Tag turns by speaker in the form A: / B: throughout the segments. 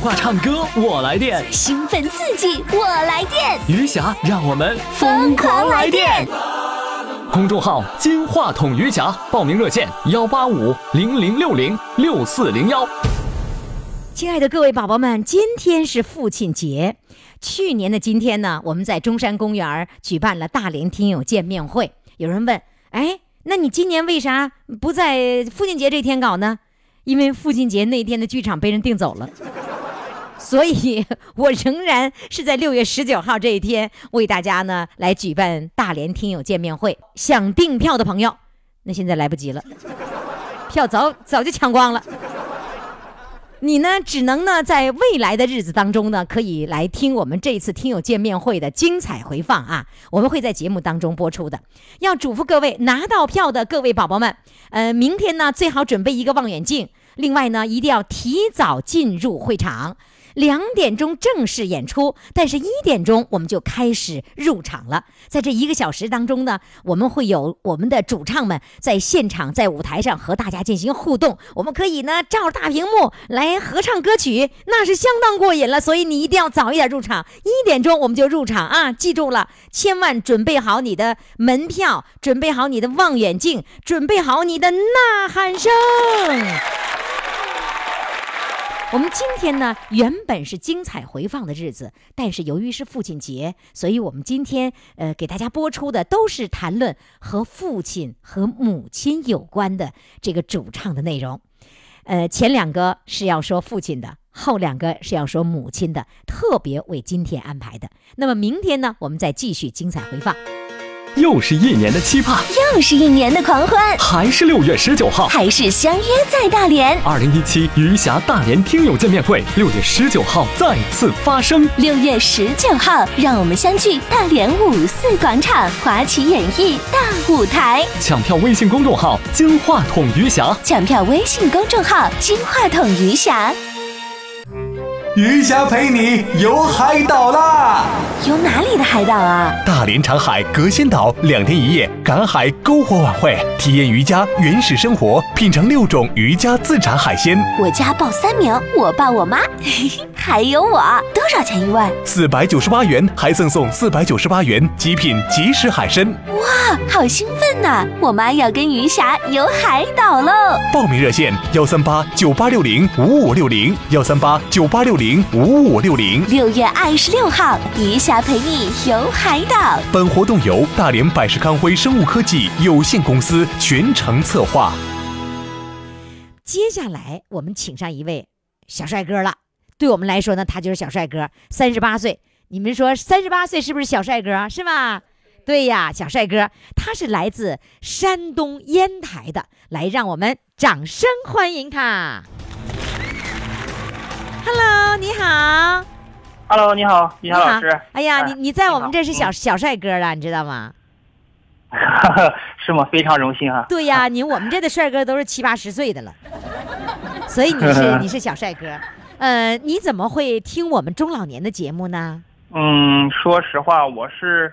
A: 话唱歌我来电，
B: 兴奋刺激，我来电，
A: 余霞让我们
B: 疯狂来电！
A: 公众号“金话筒余霞”，报名热线：幺八五零零六零六四零幺。
C: 亲爱的各位宝宝们，今天是父亲节。去年的今天呢，我们在中山公园儿举办了大连听友见面会。有人问：“哎，那你今年为啥不在父亲节这天搞呢？”因为父亲节那天的剧场被人订走了，所以我仍然是在六月十九号这一天为大家呢来举办大连听友见面会。想订票的朋友，那现在来不及了，票早早就抢光了。你呢，只能呢在未来的日子当中呢，可以来听我们这次听友见面会的精彩回放啊，我们会在节目当中播出的。要嘱咐各位拿到票的各位宝宝们，呃，明天呢最好准备一个望远镜，另外呢一定要提早进入会场。两点钟正式演出，但是一点钟我们就开始入场了。在这一个小时当中呢，我们会有我们的主唱们在现场、在舞台上和大家进行互动。我们可以呢照着大屏幕来合唱歌曲，那是相当过瘾了。所以你一定要早一点入场，一点钟我们就入场啊！记住了，千万准备好你的门票，准备好你的望远镜，准备好你的呐喊声。我们今天呢，原本是精彩回放的日子，但是由于是父亲节，所以我们今天呃给大家播出的都是谈论和父亲和母亲有关的这个主唱的内容。呃，前两个是要说父亲的，后两个是要说母亲的，特别为今天安排的。那么明天呢，我们再继续精彩回放。
A: 又是一年的期盼，
B: 又是一年的狂欢，
A: 还是六月十九号。
B: 还是相约在大连。
A: 二零一七余霞大连听友见面会，六月十九号再次发生。
B: 六月十九号，让我们相聚大连五四广场华旗演艺大舞台。
A: 抢票微信公众号“金话筒余霞
B: 抢票微信公众号：金话筒余霞。
D: 余霞陪你游海岛啦！
B: 游哪里的海岛啊？”。
E: 大连长海隔仙岛两天一夜赶海篝火晚会，体验渔家原始生活，品尝六种渔家自产海鲜，
B: 我家报三名，我爸、我妈， 还有我。多少钱一位？
E: 四百九十八元还赠送四百九十八元极品即食海参。
B: 啊，好兴奋呐、我妈要跟余霞游海岛喽！
E: 报名热线：幺三八九八六零五五六零，幺三八九八六零五五六零。
B: 六月二十六号，余霞陪你游海岛。
E: 本活动由大连百世康辉生物科技有限公司全程策划。
C: 接下来我们请上一位小帅哥了。对我们来说呢，他就是小帅哥，三十八岁。你们说三十八岁是不是小帅哥？啊是吧？对呀，小帅哥，他是来自山东烟台的，来让我们掌声欢迎他。Hello，你好，
F: Hello，你好，余霞老师
C: 你好。哎呀，
F: 哎
C: 你你在我
F: 你
C: 们
F: 好
C: 这是小小帅哥了，你知道吗？
F: 是吗？非常荣幸 啊。
C: 对呀，你我们这的帅哥都是七八十岁的了，所以你 是你是小帅哥。呃，你怎么会听我们中老年的节目呢？
F: 嗯，说实话，我是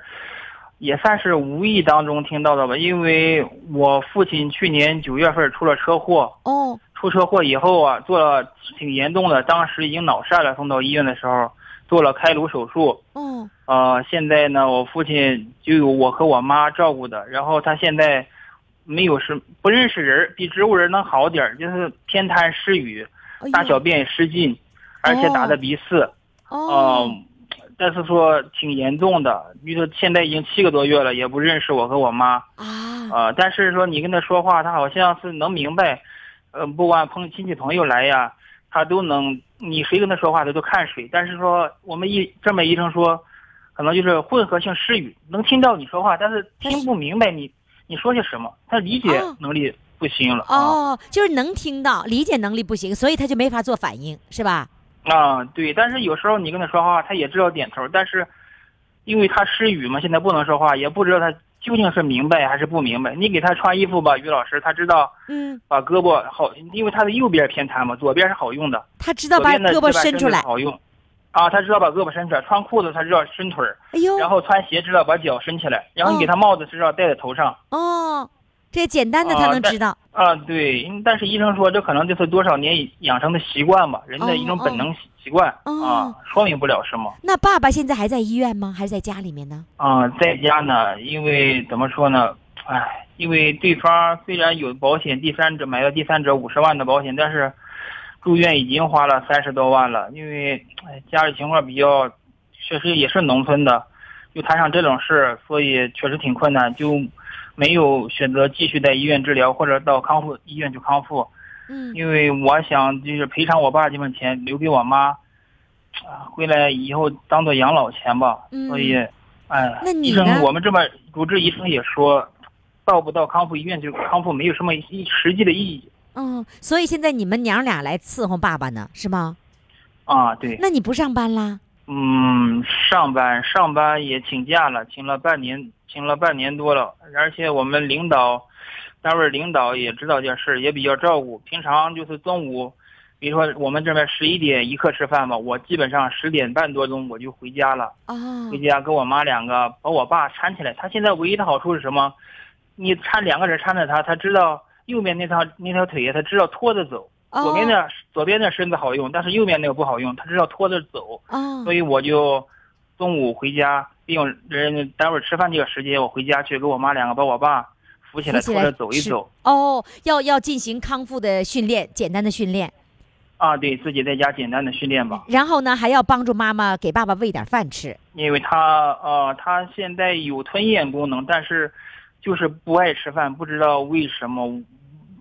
F: 也算是无意当中听到的吧，因为我父亲去年九月份出了车祸，
C: 哦，
F: 出车祸以后啊，做了挺严重的，当时已经脑疝了，送到医院的时候做了开颅手术。
C: 哦，
F: 呃，现在呢，我父亲就有我和我妈照顾的，然后他现在没有什不认识人儿，比植物人能好点儿，就是偏瘫失语。
C: 哎呦
F: 大小便失禁，而且打的鼻刺，嗯、
C: 哦，
F: 但是说挺严重的。你说现在已经七个多月了，也不认识我和我妈，
C: 啊，
F: 呃，但是说你跟他说话，他好像是能明白，呃，不管朋亲戚朋友来呀，他都能，你谁跟他说话他都看谁。但是说我们医这边医生说，可能就是混合性失语，能听到你说话，但是听不明白你你说些什么，他理解
C: 哦
F: 能力不行了啊。
C: 哦，就是能听到，理解能力不行，所以他就没法做反应，是吧？
F: 啊，对，但是有时候你跟他说话，他也知道点头，但是因为他失语嘛，现在不能说话，也不知道他究竟是明白还是不明白。你给他穿衣服吧，于老师，他知道
C: 嗯，
F: 把胳膊好，因为他的右边偏瘫嘛，左边是好用的，
C: 他知道
F: 左
C: 把
F: 边的
C: 胳膊
F: 这边
C: 伸出
F: 是
C: 来，
F: 好用。啊，他知道把胳膊伸出来，穿裤子他知道伸腿儿，
C: 哎呦
F: 然，后穿鞋知道把脚伸起来，然后你给他帽子知道戴在头上。
C: 哦，这简单的
F: 啊
C: 他能
F: 但
C: 知道。
F: 啊，对，因但是医生说这可能就是多少年养成的习惯吧，人的一种
C: 哦
F: 本能习习惯、
C: 哦
F: 啊，说明不了什么
C: 那爸爸现在还在医院吗？还是在家里面呢？
F: 啊。在家呢，因为怎么说呢，唉，因为对方虽然有保险，第三者买了第三者五十万的保险，但是住院已经花了三十多万了，因为唉家里情况比较，确实也是农村的，又摊上这种事，所以确实挺困难，就没有选择继续在医院治疗或者到康复医院去康复。
C: 嗯，
F: 因为我想就是赔偿我爸这份钱留给我妈，啊，回来以后当做养老钱吧。
C: 嗯
F: 所以，哎，
C: 那你
F: 医
C: 呢
F: 生，我们这么主治医生也说，到不到康复医院就康复没有什么一实际的意义
C: 哦，所以现在你们娘俩来伺候爸爸呢，是吗？
F: 啊。对，
C: 那你不上班啦？
F: 嗯，上班上班也请假了，请了半年，请了半年多了。而且我们领导，单位领导也知道这事儿，也比较照顾。平常就是中午，比如说我们这边十一点一刻吃饭吧，我基本上十点半多钟我就回家了，
C: 哦
F: 回，家跟我妈两个把我爸搀起来。他现在唯一的好处是什么？你搀两个人搀着他，他知道右边那条那条腿，他知道拖着走。
C: 哦
F: 左边的左边的身子好用，但是右边那个不好用，他知道拖着走。
C: 哦，
F: 所以我就中午回家，利用人家单位吃饭这个时间，我回家去给我妈两个把我爸扶起来，
C: 扶起
F: 拖
C: 来
F: 着走一
C: 是
F: 走。
C: 哦，要要进行康复的训练，简单的训练，
F: 啊，对自己在家简单的训练吧，
C: 然后呢，还要帮助妈妈给爸爸喂点饭吃。
F: 因为他呃，他现在有吞咽功能，但是就是不爱吃饭，不知道为什么。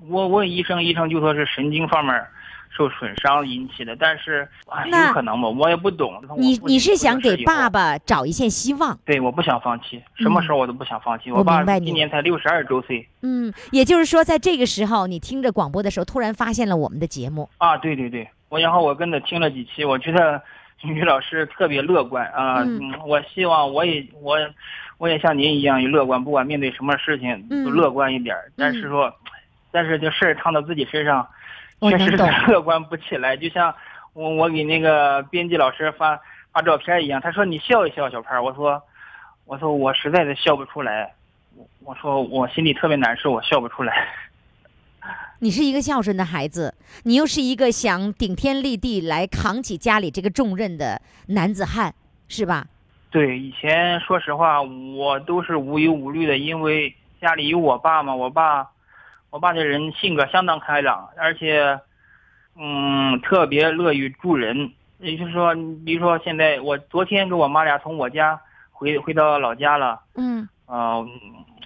F: 我问医生，医生就说是神经方面受损伤引起的，但是啊，
C: 那
F: 有可能吧，我也不懂。
C: 你你是想给爸
F: 爸？
C: 爸找一线希望？
F: 对，我不想放弃，什么时候我都不想放弃。
C: 嗯我
F: 我爸
C: 明白你
F: 今年才六十二周岁
C: 嗯，也就是说，在这个时候，你听着广播的时候，突然发现了我们的节目。
F: 啊，对对对，我然后我跟着听了几期，我觉得 于老师特别乐观啊、
C: 嗯
F: 嗯我希望我也我我也像您一样乐观，不管面对什么事情
C: 嗯
F: 都乐观一点儿。但是说，但是这事儿烫到自己身上，
C: 我
F: 确
C: 哦能
F: 实
C: 懂
F: 是 乐观不起来。就像我我给那个编辑老师发发照片一样，他说你笑一笑，小潘儿，我说我说我实在是笑不出来，我我说我心里特别难受，我笑不出来。
C: 你是一个孝顺的孩子，你又是一个想顶天立地来扛起家里这个重任的男子汉，是吧？
F: 对，以前说实话，我都是无忧无虑的，因为家里有我爸嘛。我爸，我爸这人性格相当开朗，而且，嗯，特别乐于助人。也就是说，你比如说现在，我昨天跟我妈俩从我家回回到老家了，
C: 嗯，
F: 嗯，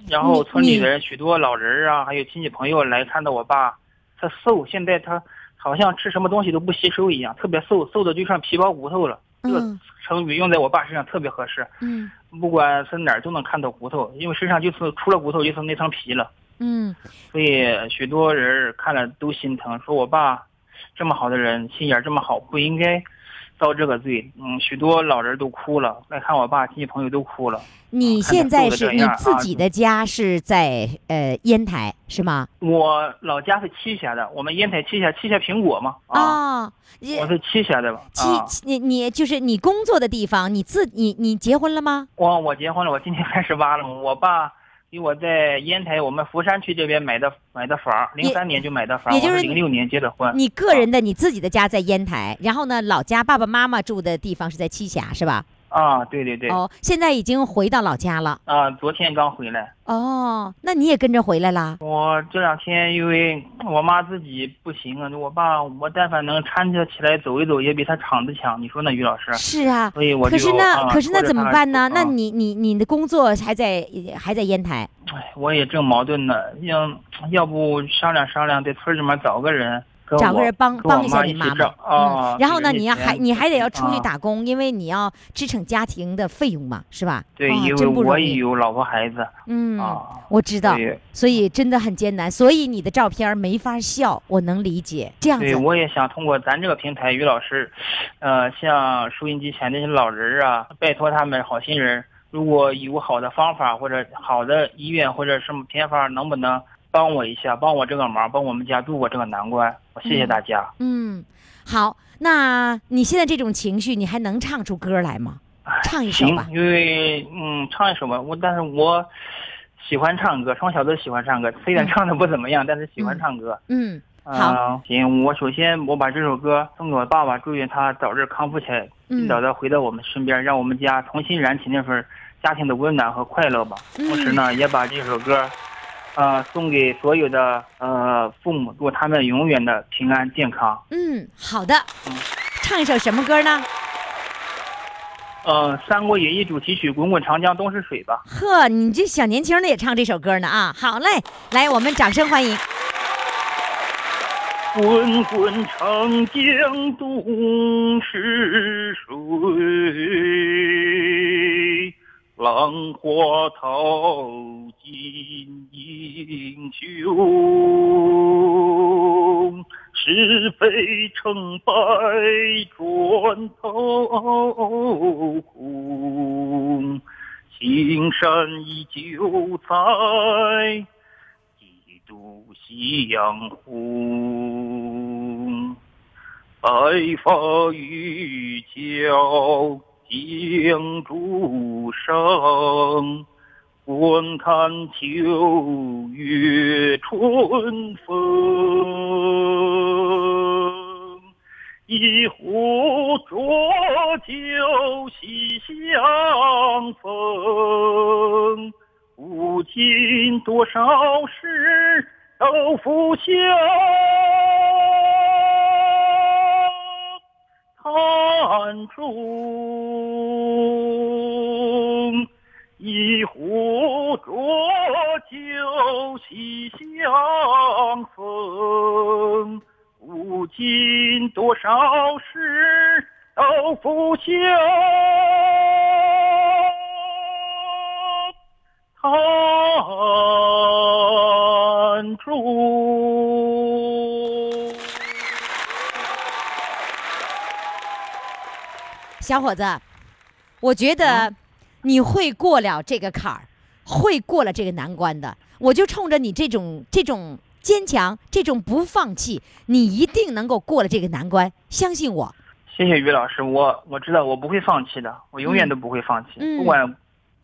F: 然后
C: 你
F: 村里
C: 你
F: 的人许多老人儿啊，还有亲戚朋友来看到我爸，他瘦，现在他好像吃什么东西都不吸收一样，特别瘦，瘦的就像皮包骨头了。这个
C: 嗯
F: 成语用在我爸身上特别合适。
C: 嗯
F: 不管是哪儿都能看到骨头，因为身上就是除了骨头就是那层皮了，
C: 嗯，
F: 所以许多人儿看了都心疼，说我爸这么好的人，心眼儿这么好，不应该遭这个罪。嗯，许多老人都哭了，来看我爸亲戚朋友都哭了。
C: 你
F: 嗯看着
C: 现在
F: 瘦得
C: 是
F: 这
C: 你
F: 样啊
C: 自己的家是在呃烟台是吗？
F: 我老家是栖霞的，我们烟台栖霞，栖霞苹果嘛啊，
C: 啊，你
F: 我是栖霞的吧啊，
C: 七你你就是你工作的地方，你自你你结婚了吗？
F: 我我结婚了，我今年三十八了，我爸。给我在烟台我们福山区这边买的买的房，零三年就买的房，
C: 也就是
F: 我是零六年结的婚。
C: 你个人的你自己的家在烟台，然后呢，老家爸爸妈妈住的地方是在栖霞是吧？
F: 啊，对对对，
C: 哦，现在已经回到老家了。
F: 啊，昨天刚回来。
C: 哦，那你也跟着回来啦？
F: 我这两天因为我妈自己不行啊，我爸我但凡能搀着起来走一走，也比他躺着强。你说呢，于老师？
C: 是啊，
F: 所以我
C: 可
F: 就是
C: 那
F: 啊
C: 可是那
F: 拖着
C: 怎么
F: 她
C: 办呢？那
F: 啊
C: 你你你的工作还在还在烟台？
F: 哎我也正矛盾呢，要要不商量商量，在村里面找个人跟
C: 找个
F: 我
C: 人帮
F: 跟我
C: 帮一下
F: 妈
C: 你
F: 起
C: 妈
F: 找
C: 妈。
F: 啊、
C: 嗯，然后呢，
F: 给人
C: 你要
F: 家
C: 还
F: 钱
C: 你还得要出去
F: 啊
C: 打工，因为你要支撑家庭的费用嘛，是吧？
F: 对，
C: 哇
F: 因为
C: 真不
F: 我
C: 容
F: 也
C: 易。
F: 有老婆孩子
C: 嗯，
F: 啊，
C: 我知道
F: 所，以
C: 所以真的很艰难，所以你的照片儿没法笑，我能理解。这样
F: 对，
C: 子，
F: 我也想通过咱这个平台，于老师，呃，像收音机前那些老人儿啊，拜托他们好心人儿，如果有好的方法或者好的医院或者什么偏方，能不能帮我一下，帮我这个忙，帮我们家度过这个难关？我谢谢大家。
C: 嗯，好，那你现在这种情绪，你还能唱出歌来吗？唱一首
F: 行
C: 吧，。
F: 因为嗯，唱一首吧。我但是我
G: 喜欢唱歌，从小都喜欢唱歌，虽然唱的不怎么样，但是喜欢唱歌。
C: 嗯，
G: 嗯、
C: 好
G: 行，我首先我把这首歌送给我爸爸，祝愿他早日康复起来，
C: 嗯
G: 尽早的回到我们身边，让我们家重新燃起那份家庭的温暖和快乐吧。同时
C: 嗯
G: 呢，也把这首歌，呃，送给所有的呃父母，祝他们永远的平安健康。
C: 嗯，好的
G: 嗯，
C: 唱一首什么歌呢？
G: 呃，《三国演义》主题曲《滚滚长江东逝水》吧。
C: 呵，你这小年轻的也唱这首歌呢啊！好嘞，来，我们掌声欢迎。
G: 滚滚长江东逝水，浪花淘尽英雄。是非成败转头空，青山依旧在。几度夕阳红，白发渔樵江渚上，观看秋月春风。一壶浊酒喜相逢。无尽多少事都浮想，叹中一壶浊酒喜相逢，无尽多少事都浮想。看住。
C: 小伙子，我觉
G: 啊
C: 得你会过了这个坎儿，会过了这个难关的。我就冲着你这种这种坚强、这种不放弃，你一定能够过了这个难关，相信我。
G: 谢谢于老师，我我知道我不会放弃的，我永远都不会放弃，
C: 嗯
G: 不管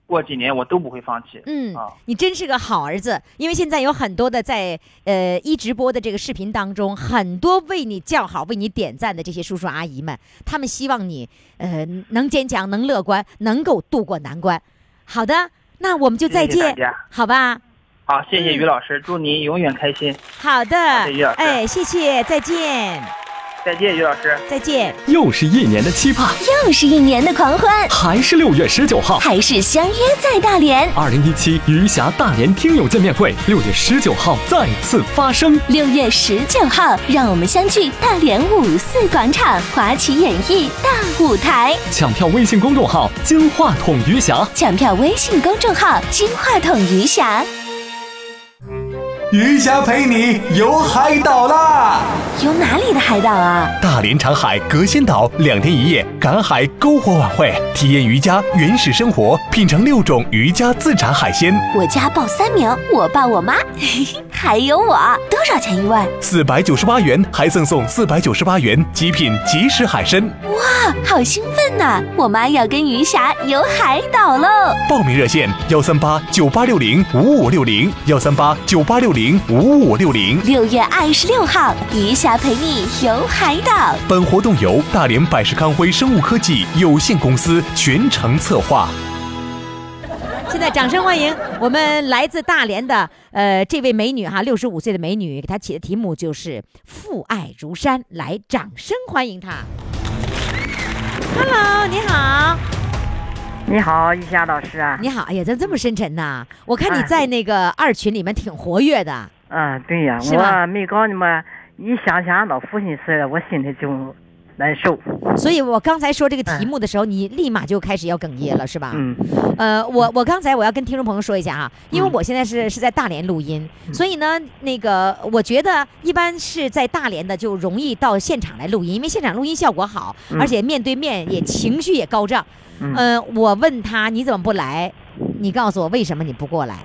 G: 过几年我都不会放弃。
C: 嗯
G: 啊，
C: 你真是个好儿子，因为现在有很多的在呃一直播的这个视频当中，很多为你叫好、为你点赞的这些叔叔阿姨们，他们希望你呃能坚强、能乐观，能够度过难关。好的，那我们就再
G: 谢谢大
C: 见，
G: 家
C: 好吧？嗯
G: 好，谢谢于老师，祝您永远开心，
C: 好的，
G: 谢谢老师
C: 哎，谢谢，再见，
G: 再见，于老师。
C: 再见。
A: 又是一年的期盼，
B: 啊又是一年的狂欢，
A: 还是六月十九号。
B: 还是相约在大连。
A: 二零一七余霞大连听友见面会，六月十九号再次发生。
B: 六月十九号，让我们相聚大连五四广场华旗演艺大舞台。
A: 抢票微信公众号“金话筒余霞”。
B: 抢票微信公众号“金话筒余霞
H: 余霞陪你游海岛啦！”。
B: 有哪里的海岛啊？
E: 大连长海隔仙岛两天一夜赶海篝火晚会，体验渔家原始生活，品尝六种渔家自产海鲜，
B: 我家报三名，我爸、我妈， 嘿嘿，还有我。多少钱一位？
E: 四百九十八元还赠送四百九十八元极品即食海参。
B: 啊，好兴奋呐、我妈要跟余霞游海岛喽！
E: 报名热线：幺三八九八六零五五六零，幺三八九八六零五五六零。
B: 六月二十六号，余霞陪你游海岛。
E: 本活动由大连百世康辉生物科技有限公司全程策划。
C: 现在掌声欢迎我们来自大连的呃这位美女哈，六十五岁的美女，给她起的题目就是“父爱如山”，来掌声欢迎她。Hello，你好，
I: 你好，一霞老师啊。
C: 你好，哎呀，怎么这么深沉呐？我看你
I: 哎
C: 在那个二群里面挺活跃的，
I: 嗯、对呀、
C: 是吧
I: 我没告你们，一想想到父亲事儿，我心里就难受。
C: 所以我刚才说这个题
I: 哎
C: 目的时候，你立马就开始要哽咽了，是吧？
I: 嗯
C: 呃，我我刚才我要跟听众朋友说一下哈，因为
I: 嗯
C: 我现在是是在大连录音，所以呢，那个我觉得一般是在大连的就容易到现场来录音，因为现场录音效果好，
I: 嗯
C: 而且面对面也情绪也高涨。
I: 嗯
C: 呃，我问他你怎么不来？你告诉我为什么你不过来？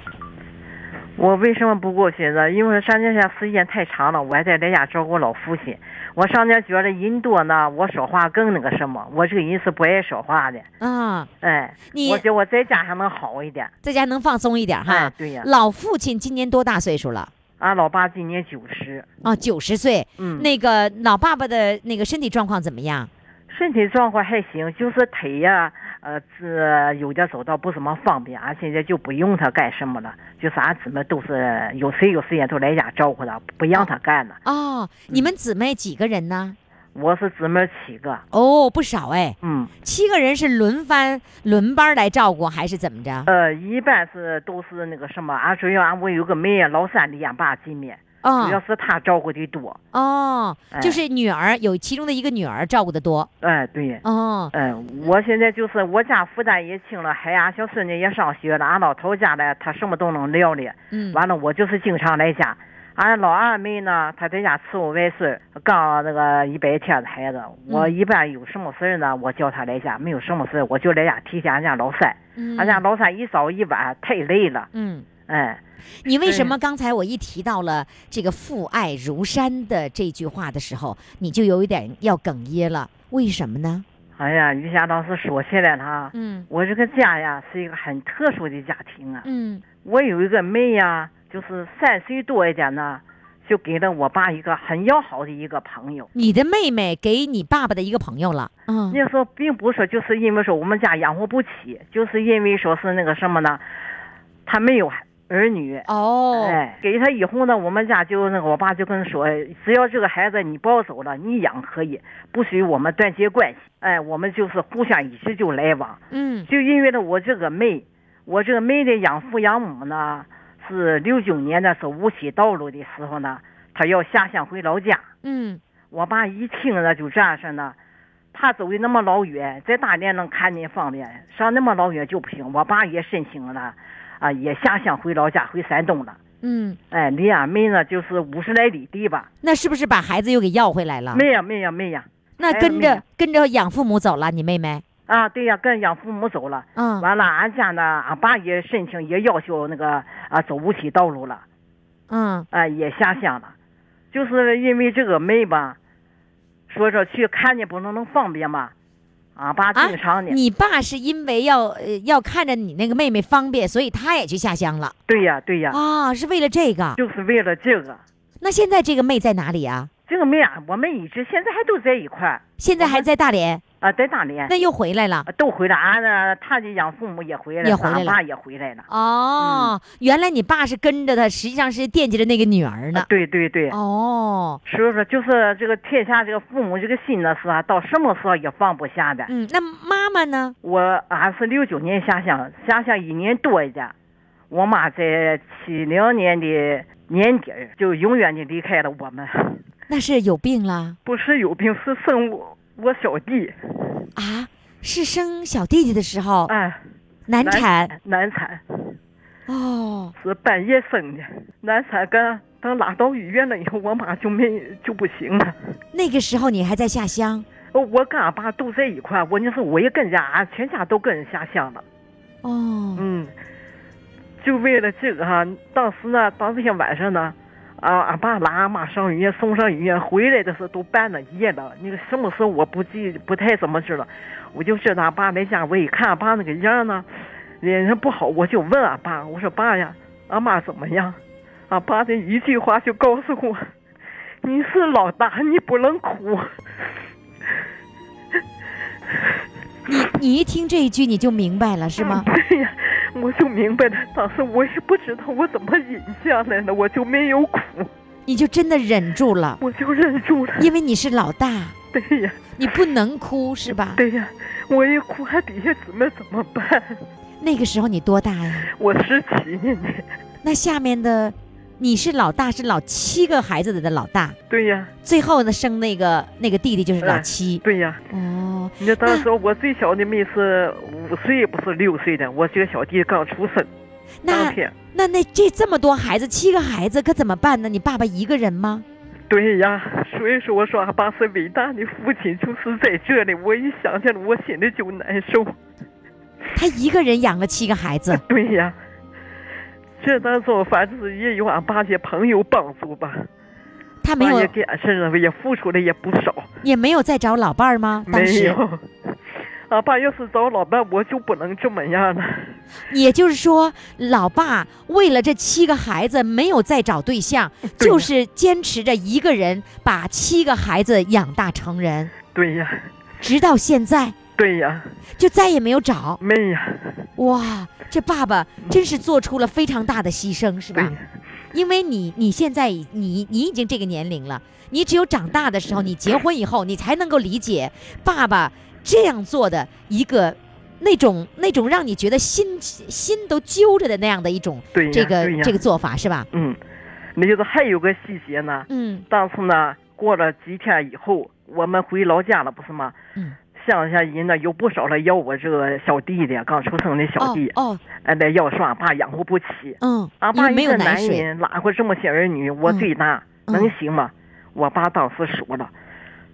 I: 我为什么不过去呢？因为上家下时间太长了，我还在在家照顾老父亲。我上家觉得人多呢，我说话更那个什么，我这个人是不爱说话的，
C: 啊，
I: 哎，
C: 你
I: 我觉得我在家还能好一点。
C: 在家能放松一点哈
I: 哎。对呀
C: 老父亲今年多大岁数了？
I: 俺啊老爸今年九十，
C: 啊，九十岁。
I: 嗯，
C: 那个老爸爸的那个身体状况怎么样？
I: 身体状况还行，就是腿呀、呃，这有点走道不怎么方便。啊俺现在就不用他干什么了，就是俺姊妹都是有谁有时间都来家照顾他，不让他干了。
C: 哦，
I: 嗯
C: 你们姊妹几个人呢？
I: 我是姊妹七个，
C: 哦，不少哎，
I: 嗯，
C: 七个人是轮番轮班来照顾，还是怎么着？
I: 呃，一般是都是那个什么，俺主要俺我有个妹啊，老三的俺爸见面，主要
C: 啊、
I: 是他照顾的多。
C: 哦，
I: 哎
C: 就是女儿有其中的一个女儿照顾的多。
I: 哎，对。
C: 哦，
I: 嗯，我现在就是我家负担也轻了，孩俺小孙女也上学了，俺老头家呢，他什么都能料理。
C: 嗯，
I: 完了，我就是经常来家。俺老二妹呢，她在家伺候外孙，刚那个一百天的孩子。
C: 嗯
I: 我一般有什么事儿呢，我叫她来家；没有什么事儿，我就来家提一下俺家老三。
C: 嗯
I: 俺家老三一早一晚太累了，
C: 嗯，
I: 哎，
C: 你为什
I: 对
C: 么刚才我一提到了这个“父爱如山”的这句话的时候，你就有一点要哽咽了？为什么呢？
I: 哎呀，于霞老师说起来了哈，
C: 嗯
I: 我这个家呀是一个很特殊的家庭啊。
C: 嗯
I: 我有一个妹呀，就是三岁多一点呢，就给了我爸一个很要好的一个朋友。
C: 你的妹妹给你爸爸的一个朋友了，嗯
I: 那时候并不是说就是因为说我们家养活不起，就是因为说是那个什么呢，他没有儿女。
C: 哦，
I: 哎，给他以后呢，我们家就那个，我爸就跟说，只要这个孩子你抱走了，你养可以，不许我们断绝关系。哎，我们就是互相一直就来往。
C: 嗯
I: 就因为呢，我这个妹，我这个妹的养父养母呢，是六九年的时候五起道路的时候呢，她要下乡回老家。
C: 嗯
I: 我爸一听呢，就这样式呢，怕走的那么老远，在大连能看见方便，上那么老远就不行。我爸也申请了，啊，也下乡回老家，回山东了。
C: 嗯，
I: 哎，离俺妹呢就是五十来里地吧。
C: 那是不是把孩子又给要回来了？
I: 妹呀妹呀妹呀，
C: 那
I: 哎
C: 跟
I: 没
C: 着
I: 有
C: 跟着养父母走了，你妹妹？
I: 啊，对呀，跟养父母走了。
C: 嗯，
I: 完了，俺家呢，俺爸也申请，也要求那个啊走不起道路了。
C: 嗯
I: 啊，也下乡了，就是因为这个妹吧，说说去看见不能能方便嘛，俺爸
C: 啊
I: 经常，呢，
C: 你爸是因为要呃要看着你那个妹妹方便，所以他也去下乡了
I: 对呀对呀，
C: 啊，是为了这个。
I: 就是为了这个，
C: 那现在这个妹在哪里啊？
I: 这个妹啊，我们一直现在还都在一块儿
C: 现在还在大连，
I: 啊，在大连
C: 那又回来了
I: 啊。都回来，俺呢，他的养父母也回来了，
C: 也回来
I: 俺
C: 了
I: 爸也回来了，
C: 哦，原来你爸是跟着他，实际上是惦记着那个女儿
I: 啊
C: 呢。
I: 对对对，
C: 哦，
I: 所以说就是呃这个天下这个父母这个心呢是啊，到什么时候也放不下的。
C: 嗯，那妈妈呢？
I: 我俺是六九年下乡，下乡一年多一点，我妈在七零年的年底儿就永远的离开了我们，
C: 那是有病了
I: 不是有病，是生我我小弟，
C: 啊！是生小弟弟的时候
I: 哎，
C: 难产
I: 难产
C: 哦，
I: 是半夜生的，难产刚等拉到医院了以后，我妈就没就不行了。呃
C: 那个时候你还在下乡
I: 我跟俺爸都在一块儿，我就是我也跟家，俺全家都跟人下乡了。
C: 哦，
I: 嗯，就为了这个哈、当时呢，当天晚上呢，啊，俺爸拉俺妈上医院，送上医院，回来的时候都半了夜了。那个什么时候我不记不太怎么知道，我就知道俺爸没家，我一看俺爸那个样呢，脸上不好，我就问俺爸，我说爸呀，俺妈怎么样？俺爸这一句话就告诉我，你是老大，你不能哭。
C: 你一听这一句你就明白了是吗？
I: 对呀，我就明白了。当时我也不知道我怎么忍下来了，我就没有哭，
C: 你就真的忍住了，
I: 我就忍住了。
C: 因为你是老大，
I: 对呀，
C: 你不能哭是吧？
I: 对呀，我一哭，还底下姊妹怎么办？
C: 那个时候你多大呀？
I: 我十七年级。
C: 那下面的你是老大，是老七个孩子的老大。
I: 对呀，
C: 最后呢，生那个那个弟弟就是老
I: 嗯
C: 七。
I: 对呀，
C: 哦，
I: 你看当时我最小的妹是五岁，不是六岁的，我这个小弟刚出生当
C: 那
I: 天。
C: 那那这这么多孩子，七个孩子可怎么办呢？你爸爸一个人吗？
I: 对 呀，所以说我说俺爸是伟大的父亲，就是在这里，我一想起来我心里就难受。
C: 他一个人养了七个孩子，
I: 对呀，这当中反正是也有俺爸些朋友帮助吧。
C: 他没
J: 那
C: 有
J: 也给俺身上也付出的也不少，
C: 也没有再找老伴儿吗？当
J: 没
C: 时，
J: 有。俺爸要是找老伴，我就不能这么样了。
C: 也就是说，老爸为了这七个孩子没有再找对象，
J: 对呀
C: 就是坚持着一个人把七个孩子养大成人，
J: 对呀，
C: 直到现在
J: 对呀，
C: 就再也没有找。
J: 妹呀，嗯
C: 哇，这爸爸真是做出了非常大的牺牲，是
J: 对
C: 吧
J: 呀？，
C: 因为你你现在已你你已经这个年龄了，你只有长大的时候，
J: 嗯
C: 你结婚以后，你才能够理解爸爸这样做的一个那种那种让你觉得心心都揪着的那样的一种
J: 对呀，
C: 这个
J: 对呀
C: 这个做法，是吧？
J: 嗯，那就是还有个细节呢。
C: 嗯
J: 当初呢，过了几天以后，我们回老家了，不是吗？
C: 嗯。
J: 乡下人呢有不少来要我这个小弟的，刚出生的小
C: 哦
J: 弟，
C: 哦
J: 哎，来要说俺爸养活不起。
C: 嗯，
J: 俺
C: 因
J: 爸
C: 为没
J: 一
C: 有
J: 个
C: 奶
J: 男
C: 水，
J: 人拉过这么些儿女，我
C: 嗯
J: 最大，
C: 嗯
J: 能行吗？我爸当时说了，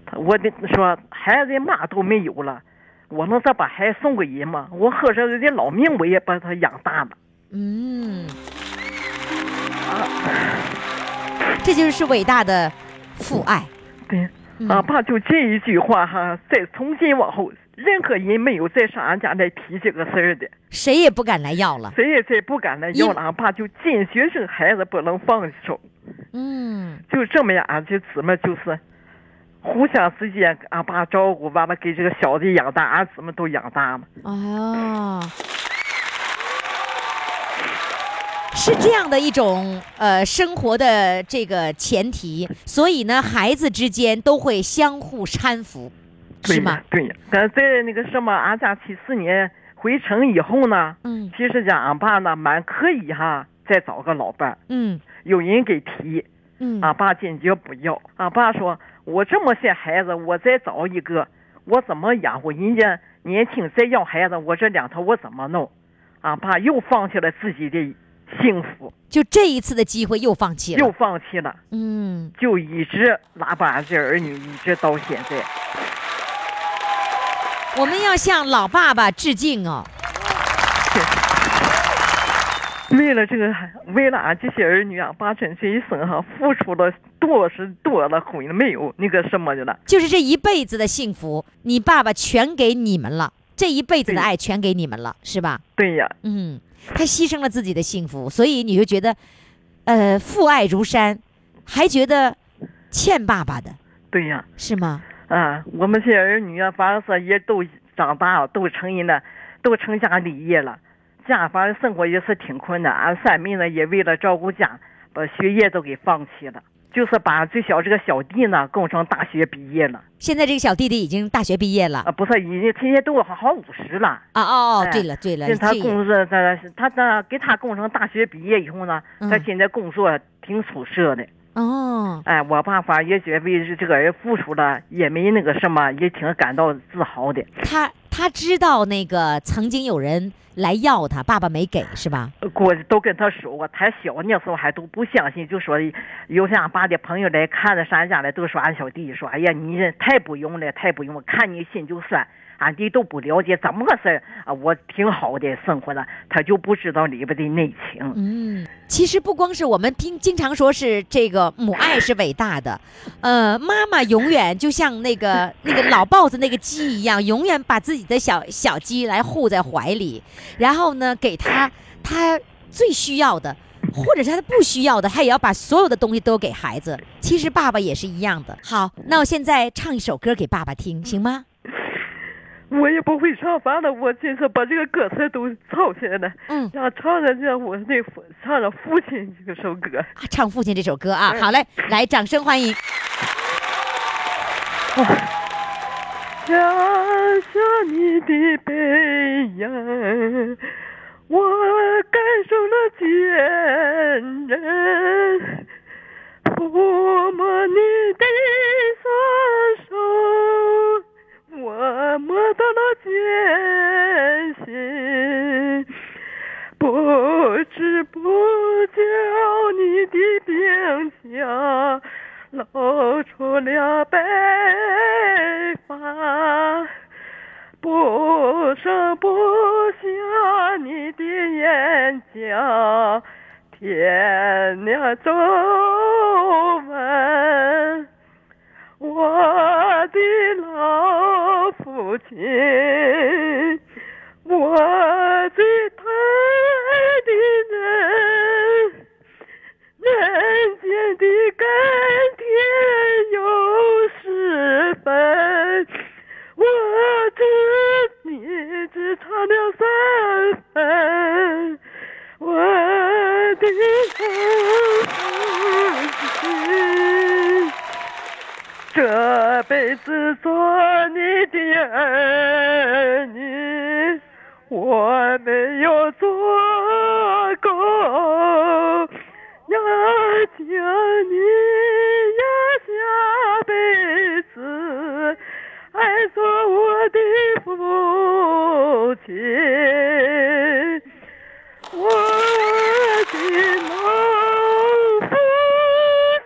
J: 他我得说孩子嘛都没有了，我能再把孩子送给人吗？我合着人家老命我也把他养大了。
C: 嗯， 这就是伟大的父爱。
J: 对，
C: 嗯
J: 俺爸就这一句话哈，再从今往后，任何人没有再上俺家来提这个事儿的，
C: 谁也不敢来要了。
J: 谁也再不敢来要了。俺爸就坚决这孩子不能放手，
C: 嗯，
J: 就这么样，俺这姊妹就是互相之间，俺爸照顾完了，给这个小的养大，俺姊妹都养大了。
C: 哦，是这样的一种呃生活的这个前提，所以呢，孩子之间都会相互搀扶，
J: 对
C: 是
J: 呀
C: 吗？？
J: 对呀。咱在那个什么，俺家七四年回城以后呢，
C: 嗯
J: 其实讲俺啊爸呢，蛮可以哈，再找个老伴儿，
C: 嗯
J: 有人给提。
C: 嗯
J: 俺爸坚决不要。俺爸说：“我这么些孩子，我再找一个，我怎么养活人家年轻再要孩子？我这两头我怎么弄？”俺爸又放弃了自己的幸福，
C: 就这一次的机会又放弃了。
J: 又放弃了，
C: 嗯，
J: 就一直拉把俺这儿女，一直到现在。
C: 我们要向老爸爸致敬哦。
J: 为了这个，为了啊俺这些儿女，俺爸真这一生哈、啊付出了多是多了，悔了没有那个什么的了。
C: 就是这一辈子的幸福，你爸爸全给你们了，这一辈子的
J: 对
C: 爱全给你们了，是吧？
J: 对呀，
C: 嗯，他牺牲了自己的幸福，所以你就觉得，呃，父爱如山，还觉得欠爸爸的
J: 对呀。
C: 是吗？
J: 啊，我们这儿女啊，反正说也都长大了，都成人了，都成家立业了，家反正生活也是挺困难。俺三妹呢，也为了照顾家，把学业都给放弃了，就是把最小这个小弟呢，供成大学毕业了
C: 现在这个小弟弟已经大学毕业了
J: 啊，不是，已经现在都好好五十了。
C: 啊！哦，
J: 哎
C: 对了对了，
J: 现在他
C: 这也
J: 工作，他他他给他供成大学毕业以后呢，他
C: 嗯
J: 现在工作挺出色的。
C: 哦，
J: 哎，我爸反正也觉得为这个人付出了，也没那个什么，也挺感到自豪的。
C: 他他知道那个曾经有人来要他，爸爸没给是吧？
J: 我都跟他说过，他小那时候还都不相信，就说有些俺爸的朋友来看着山家来，都说俺小弟说，哎呀，你这太不用了，太不用了，看你心就酸。俺弟都不了解怎么个事儿啊，我挺好的生活呢，他就不知道里边的内情。
C: 嗯，其实不光是我们听经常说是这个母爱是伟大的，呃，妈妈永远就像那个那个老豹子那个鸡一样，永远把自己的小小鸡来护在怀里，然后呢，给它它最需要的，或者是它不需要的，它也要把所有的东西都给孩子。其实爸爸也是一样的。好，那我现在唱一首歌给爸爸听，行吗？
J: 我也不会唱，完了我这次把这个歌词都抄起来了，
C: 嗯
J: 然后唱着这我那父唱着父亲这首歌。
C: 啊唱父亲这首歌啊。
J: 嗯
C: 好嘞，来，掌声欢迎。
J: 想想你的背影，我感受了坚韧，抚摸你的双手，我摸到了艰辛，不知不觉你的冰箱露出了白发，不声不响你的眼角。点亮周
K: 们，我的老父亲，我最疼爱的人，人间的甘甜有十分，我只你只尝了三分，我的老父亲。这辈子做你的儿女，我没有做够，要将你要下辈子爱做我的父亲。我的老父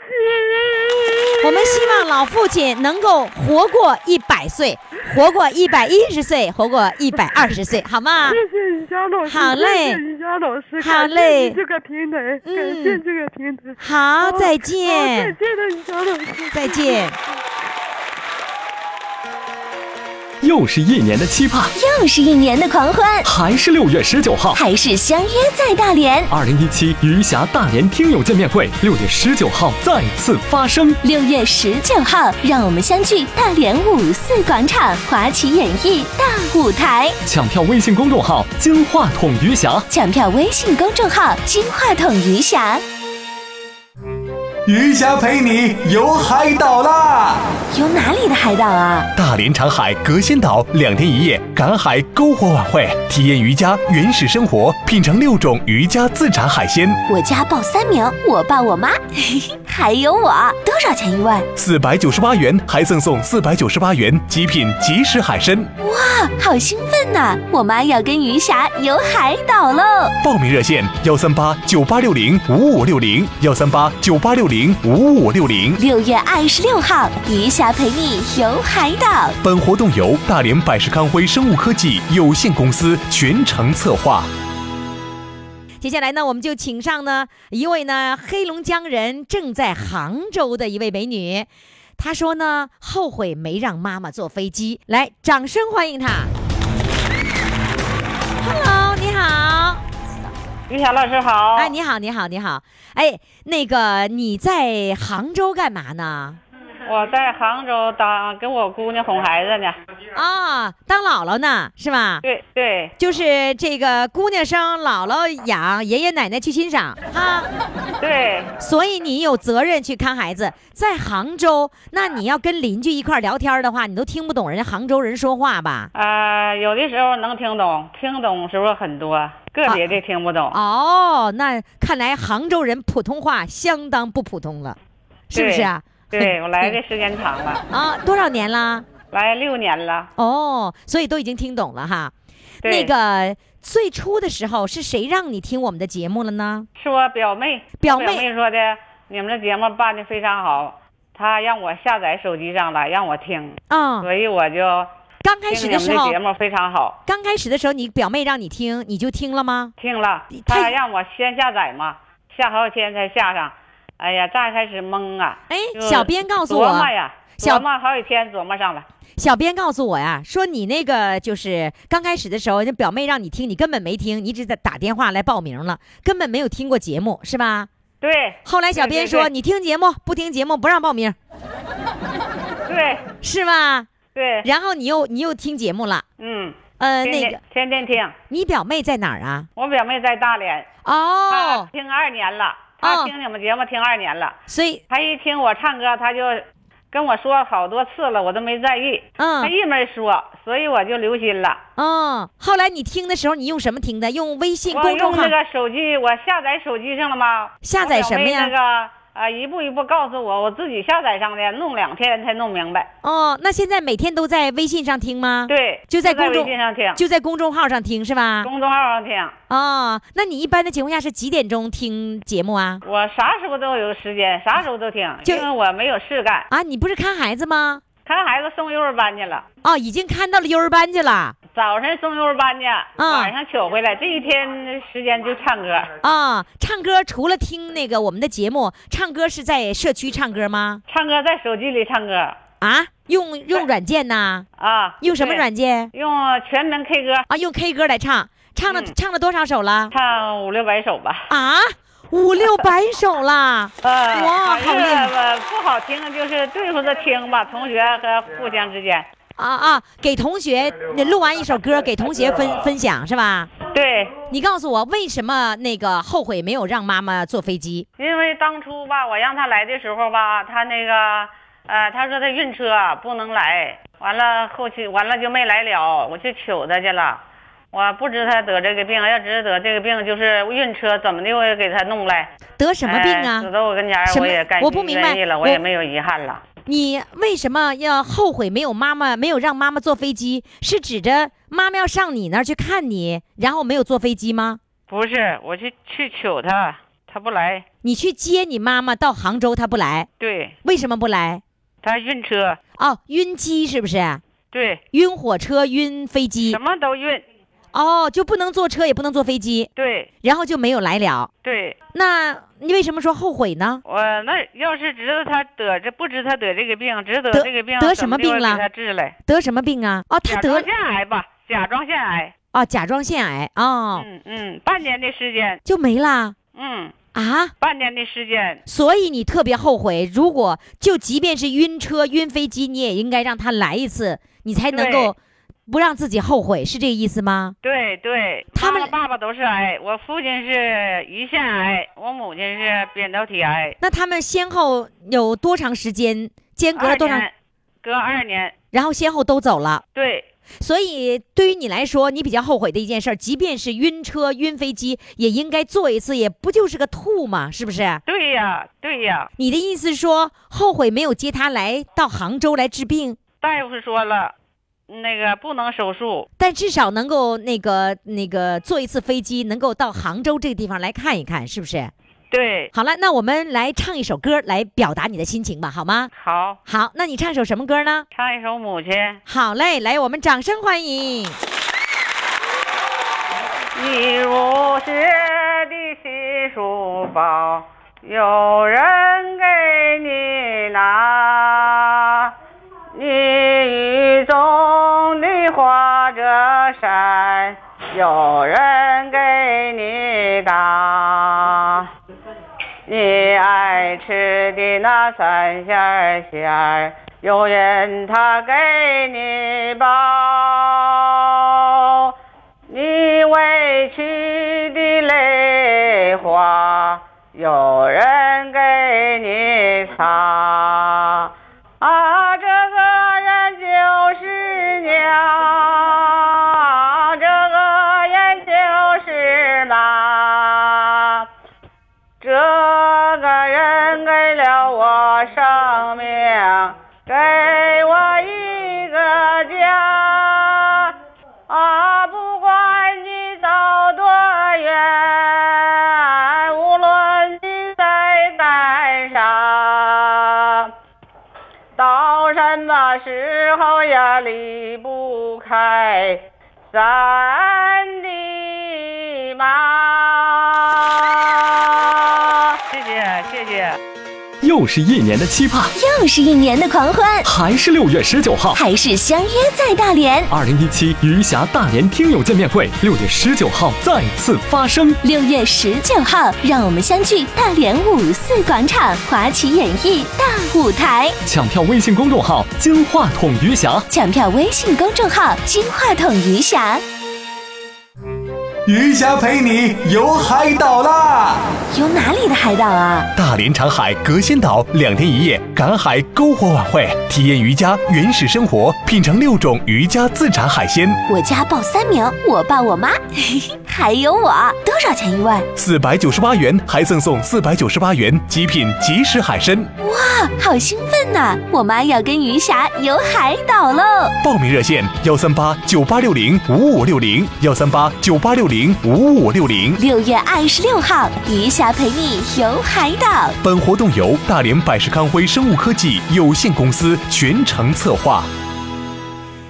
K: 亲，
C: 我们希望老父亲能够活过一百岁，活过一百一十岁，活过一百二十岁，好吗？
K: 谢谢瑜伽老师，
C: 好嘞
K: 谢谢瑜伽老师，
C: 好
K: 感谢
C: 嘞
K: 你这个平台，
C: 嗯
K: 感谢这个平台，
C: 好，再
K: 好
C: 见，
K: 再见了，瑜伽老师，
C: 再见。
A: 又是一年的期盼，
B: 又是一年的狂欢，
A: 还是六月十九号。
B: 还是相约在大连。
A: 二零一七余霞大连听友见面会，六月十九号再次发生。
B: 六月十九号，让我们相聚大连五四广场华旗演艺大舞台。
A: 抢票微信公众号“金话筒余霞
B: 抢票微信公众号“金话筒余霞
L: 余霞陪你游海岛啦！”。
B: 有哪里的海岛啊？
E: 大连长海隔仙岛两天一夜赶海篝火晚会，体验渔家原始生活，品尝六种渔家自产海鲜，
B: 我家报三名，我爸、我妈， 嘿嘿，还有我。多少钱一位？
E: 四百九十八元还赠送四百九十八元极品即食海参。
B: 啊，好兴奋呐、我妈要跟余霞游海岛喽！
E: 报名热线：幺三八九八六零五五六零，幺三八九八六零五五六零。
B: 六月二十六号，余霞陪你游海岛。
E: 本活动由大连百世康辉生物科技有限公司全程策划。
C: 接下来呢，我们就请上呢一位呢黑龙江人正在杭州的一位美女，她说呢后悔没让妈妈坐飞机，来，掌声欢迎她。Hello，你好，
K: 瑜伽老师好
C: 哎，你好，你好，你好，哎，那个你在杭州干嘛呢？
K: 我在杭州当给我姑娘哄孩子呢，
C: 啊、当姥姥呢，是吧？
K: 对对，
C: 就是这个姑娘生，姥姥养，爷爷奶奶去欣赏啊。
K: 对，
C: 所以你有责任去看孩子。在杭州，那你要跟邻居一块儿聊天儿的话，你都听不懂人家杭州人说话吧？
K: 啊、有的时候能听懂，听懂时候很多，个别的听不懂，
C: 哦，那看来杭州人普通话相当不普通了，是不是啊？
K: 对我 来的时间长了，
C: 啊，多少年啦？
K: 来六年了，
C: 哦，所以都已经听懂了哈。那
K: 对
C: 个最初的时候是谁让你听我们的节目了呢？
K: 是我表妹，
C: 表
K: 我
C: 妹
K: 表妹说的，你们这节目办的非常好，她让我下载手机上来让我听，
C: 啊、
K: 所以我就
C: 刚开始
K: 听你
C: 的
K: 们
C: 时
K: 这
C: 候
K: 节，目非常好，
C: 刚开始的时候，你表妹让你听，你就听了吗？
K: 听了
C: 你，太
K: 她让我先下载嘛，下好几天才下上，哎呀，再开始懵啊，
C: 哎
K: 就，
C: 小编告诉我，
K: 琢磨呀，
C: 小
K: 琢磨好几天琢磨上了，
C: 小编告诉我呀，说你那个就是刚开始的时候，那表妹让你听，你根本没听，你只在打电话来报名了，根本没有听过节目，是吧？
K: 对
C: 后来小编说
K: 对对对
C: 你听节目不听节目不让报名，
K: 对
C: 是吧？
K: 对，
C: 然后你又你又听节目了，
K: 嗯，
C: 呃，
K: 天
C: 那
K: 天
C: 个
K: 天天听，
C: 你表妹在哪儿啊？
K: 我表妹在大连，她
C: 哦，
K: 听二年了，
C: 哦
K: 她听你们节目听二年了。
C: 所以
K: 他一听我唱歌，他就跟我说好多次了，我都没在意。他
C: 嗯
K: 一门说，所以我就留心了。
C: 嗯，后来你听的时候你用什么听的？用微信
K: 我
C: 公众
K: 用
C: 号
K: 那个手机，我下载手机上了吗？
C: 下载什么呀
K: 我表妹那个啊，一步一步告诉我，我自己下载上的，弄两天才弄明白。
C: 哦，那现在每天都在微信上听吗？，
K: 对，
C: 就在公
K: 微
C: 众
K: 信上听，
C: 就在公众号上听是吧？
K: 公众号上听。
C: 哦，那你一般的情况下是几点钟听节目啊？
K: 我啥时候都有时间，啥时候都听，
C: 就
K: 因为我没有事干。
C: 啊，你不是看孩子吗？
K: 看孩子送幼儿班去了，
C: 哦，已经看到了幼儿班去了。
M: 早晨松溜搬的，
C: 啊
M: 晚上取回来，这一天时间就唱歌。
C: 啊，唱歌除了听那个我们的节目，唱歌是在社区唱歌吗？
M: 唱歌在手机里唱歌
C: 啊，用用软件呐、
M: 啊，
C: 用什么
M: 对？
C: 软件
M: 用全能 K 歌，
C: 啊？用 K 歌来唱，唱了、
M: 嗯
C: 唱了多少首了？
M: 唱五六百首吧。
C: 啊，五六百首啦！
M: 呃，
K: 啊
C: 哇，好厉害
M: 反正不好听，就是对付着听吧，同学和互相之间。
C: 啊啊！给同学那录完一首歌，给同 学分分享是吧？
M: 对，
C: 你告诉我为什么那个后悔没有让妈妈坐飞机？
M: 因为当初吧，我让他来的时候吧，他那个，呃，他说他晕车不能来，完了后期完了就没来了，我去取他去了。我不知他得这个病，要知得这个病就是晕车，怎么的我也给他弄来。
C: 得什么病啊
M: 哎？走到我跟前儿
C: 什，么
M: 我也甘
C: 我
M: 心
C: 不明白
M: 愿意了，我
C: 我
M: 也没有遗憾了。
C: 你为什么要后悔没有妈妈没有让妈妈坐飞机？是指着妈妈要上你那儿去看你，然后没有坐飞机吗？
M: 不是，我去去取他，他不来，
C: 你去接你妈妈到杭州，她不来，
M: 对
C: 为什么不来？
M: 他晕车，
C: 哦，晕机是不是？
M: 对，
C: 晕火车、晕飞机
M: 什，么都晕，
C: 哦，就不能坐车，也不能坐飞机，
M: 对
C: 然后就没有来了。
M: 对。
C: 那你为什么说后悔呢？
M: 我那要是知道他得这，不知他得这个病，知得
C: 得
M: 这个病
C: 得
M: 怎
C: 什么
M: 么地我
C: 病了
M: 给他治了，
C: 得什么病啊？哦，他
M: 甲
C: 得
M: 状腺癌吧，甲状腺癌。
C: 哦，甲状腺癌哦，
M: 嗯嗯，半年的时间，
C: 就没啦
M: 嗯，
C: 啊！
M: 半年的时间，
C: 所以你特别后悔，如果就即便是晕车、晕飞机，你也应该让他来一次，你才能够不让自己后悔，是这个意思吗？
M: 对对，
C: 他们
M: 妈妈爸爸都是癌，我父亲是胰腺癌，我母亲是扁桃体癌，
C: 那他们先后有多长时间，间隔了多
M: 二
C: 长，
M: 年，隔二年，
C: 然后先后都走了。
M: 对
C: 所以对于你来说，你比较后悔的一件事儿，即便是晕车、晕飞机，也应该做一次，也不就是个吐嘛，是不是？
M: 对呀啊对呀，
C: 你的意思是说，后悔没有接他来到杭州来治病，
M: 大夫说了，那个不能手术，
C: 但至少能够那个那个坐一次飞机，能够到杭州这个地方来看一看，是不是？
M: 对，
C: 好了，那我们来唱一首歌来表达你的心情吧，好吗？
M: 好，
C: 好，那你唱首什么歌呢？
M: 唱一首《母亲》。
C: 好嘞，来，我们掌声欢迎。
M: 你入学的新书包，有人给你拿。你雨中的花折伞，有人给你打。你爱吃的那三鲜儿馅儿，有人他给你
K: 啊
M: 包。你委屈的泪花，有人给你擦。啊，这个人就是娘，这个人就是妈，啊这个人给了我生命，给我一个家。啊，不管你走多远，无论你在干啥，到什么时候也离不开咱的妈。谢谢，谢谢。
A: 又是一年的期盼，
B: 又是一年的狂欢，
A: 还是六月十九号。
B: 还是相约在大连。
A: 二零一七余霞大连听友见面会，六月十九号再次发生。
B: 六月十九号，让我们相聚大连五四广场华旗演艺大舞台。
A: 抢票微信公众号“金话筒余霞”。
B: 抢票微信公众号“金话筒余霞
D: 余霞陪你游海岛啦！”。
B: 有哪里的海岛啊？
E: 大连长海隔仙岛两天一夜赶海篝火晚会，体验渔家原始生活，品尝六种渔家自产海鲜，
B: 我家报三名，我爸、我妈， 嘿嘿，还有我。多少钱一位？
E: 四百九十八元还赠送四百九十八元极品即食海参。
B: 啊，好兴奋呐、我妈要跟余霞游海岛喽！
E: 报名热线：幺三八九八六零五五六零，幺三八九八六零五五六零。
B: 六月二十六号，余霞陪你游海岛。
E: 本活动由大连百世康辉生物科技有限公司全程策划。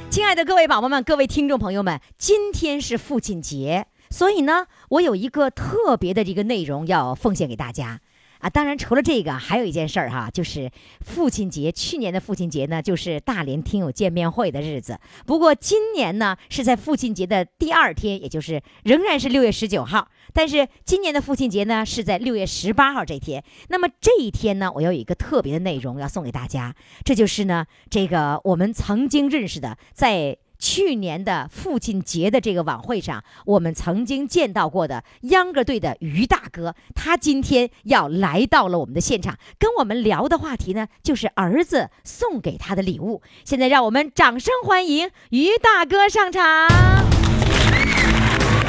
C: 亲爱的各位宝宝们、各位听众朋友们，今天是父亲节，所以呢，我有一个特别的这个内容要奉献给大家啊。当然，除了这个，还有一件事儿、哈，就是父亲节。去年的父亲节呢，就是大连听友见面会的日子。不过今年呢，是在父亲节的第二天，也就是仍然是六月十九号。但是今年的父亲节呢，是在六月十八号这天。那么这一天呢，我要有一个特别的内容要送给大家，这就是呢，这个我们曾经认识的，在去年的父亲节的这个晚会上，我们曾经见到过的秧歌队的于大哥，他今天要来到了我们的现场，跟我们聊的话题呢，就是儿子送给他的礼物。现在让我们掌声欢迎于大哥上场。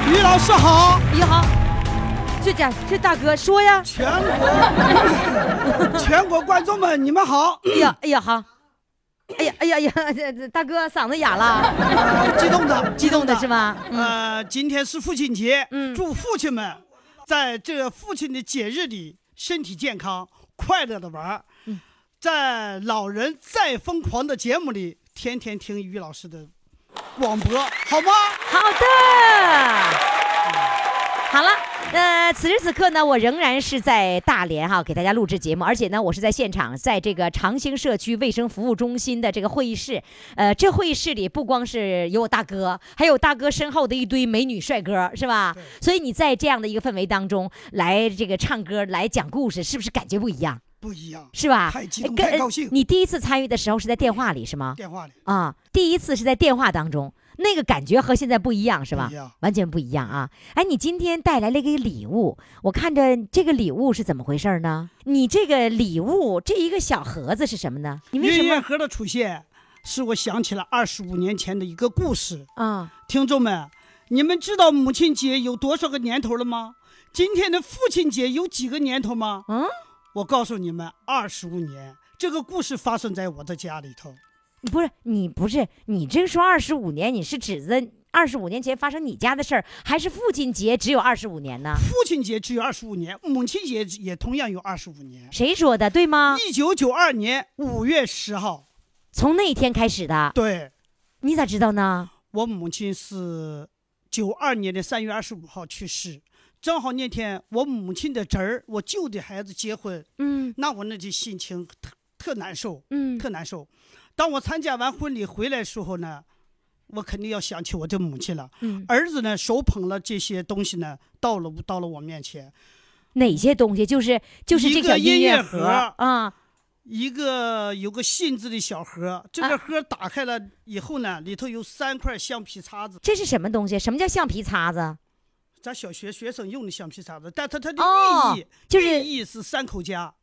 N: 于老师好，
C: 于好，这家这大哥说呀，
N: 全国 全国观众们，你们好，
C: 哎呀哎呀好，哎呀哎呀哎 呀，这这大哥嗓子哑了，
N: 激动的，
C: 激
N: 激动
C: 动的
N: 的
C: 是？吗？
N: 呃，今天是父亲节，
C: 嗯
N: 祝父亲们在这个父亲的节日里身体健康，快乐的玩儿。
C: 嗯
N: 在《老人再疯狂》的节目里，天天听于老师的广播，好吗？
C: 好的。好了，呃，此时此刻呢，我仍然是在大连哈，给大家录制节目，而且呢，我是在现场，在这个长兴社区卫生服务中心的这个会议室。呃，这会议室里不光是有我大哥，还有大哥身后的一堆美女帅哥，是吧？所以你在这样的一个氛围当中来这个唱歌，来讲故事，是不是感觉不一样？
N: 不一样，
C: 是吧？哎
N: 太激动
C: 跟
N: 太高兴
C: 你第一次参与的时候是在电话里是吗？
N: 电话里
C: 啊，第一次是在电话当中，那个感觉和现在不一样，是吧
N: 不一样？
C: 完全不一样啊！哎，你今天带来了一个礼物，我看着这个礼物是怎么回事呢？你这个礼物，这一个小盒子是什么呢？你为什
N: 音乐
C: 么
N: 盒的出现，使我想起了二十五年前的一个故事。
C: 啊？
N: 听众们，你们知道母亲节有多少个年头了吗？今天的父亲节有几个年头吗？
C: 嗯，
N: 我告诉你们，二十五年。这个故事发生在我的家里头。
C: 不是你，不是你，这个说二十五年，你是指的二十五年前发生你家的事儿，还是父亲节只有二十五年呢？
N: 父亲节只有二十五年，母亲节也同样有二十五年。
C: 谁说的？对吗？
N: 一九九二年五月十号，
C: 从那一天开始的，
N: 对
C: 你咋知道呢？
N: 我母亲是九二年的三月二十五号去世，正好那天我母亲的侄儿，我舅的孩子结婚，
C: 嗯
N: 那我那这心情特特难受。
C: 嗯，
N: 特难受。当我参加完婚礼回来的时候呢，我肯定要想起我的母亲了。
C: 嗯
N: 儿子呢，手捧了这些东西呢，到了到了我面前，
C: 哪些东西？就是就是
N: 一
C: 这
N: 个
C: 小
N: 音
C: 乐
N: 乐盒
C: 啊，
N: 一个有个信字的小盒，这
C: 啊
N: 个盒打开了以后呢，里头有三块橡皮擦子，
C: 这是什么东西？什么叫橡皮擦子？
N: 咱小学学生用的橡皮擦子，但它它的
C: 哦
N: 寓意、
C: 就是
N: 寓意是三口家，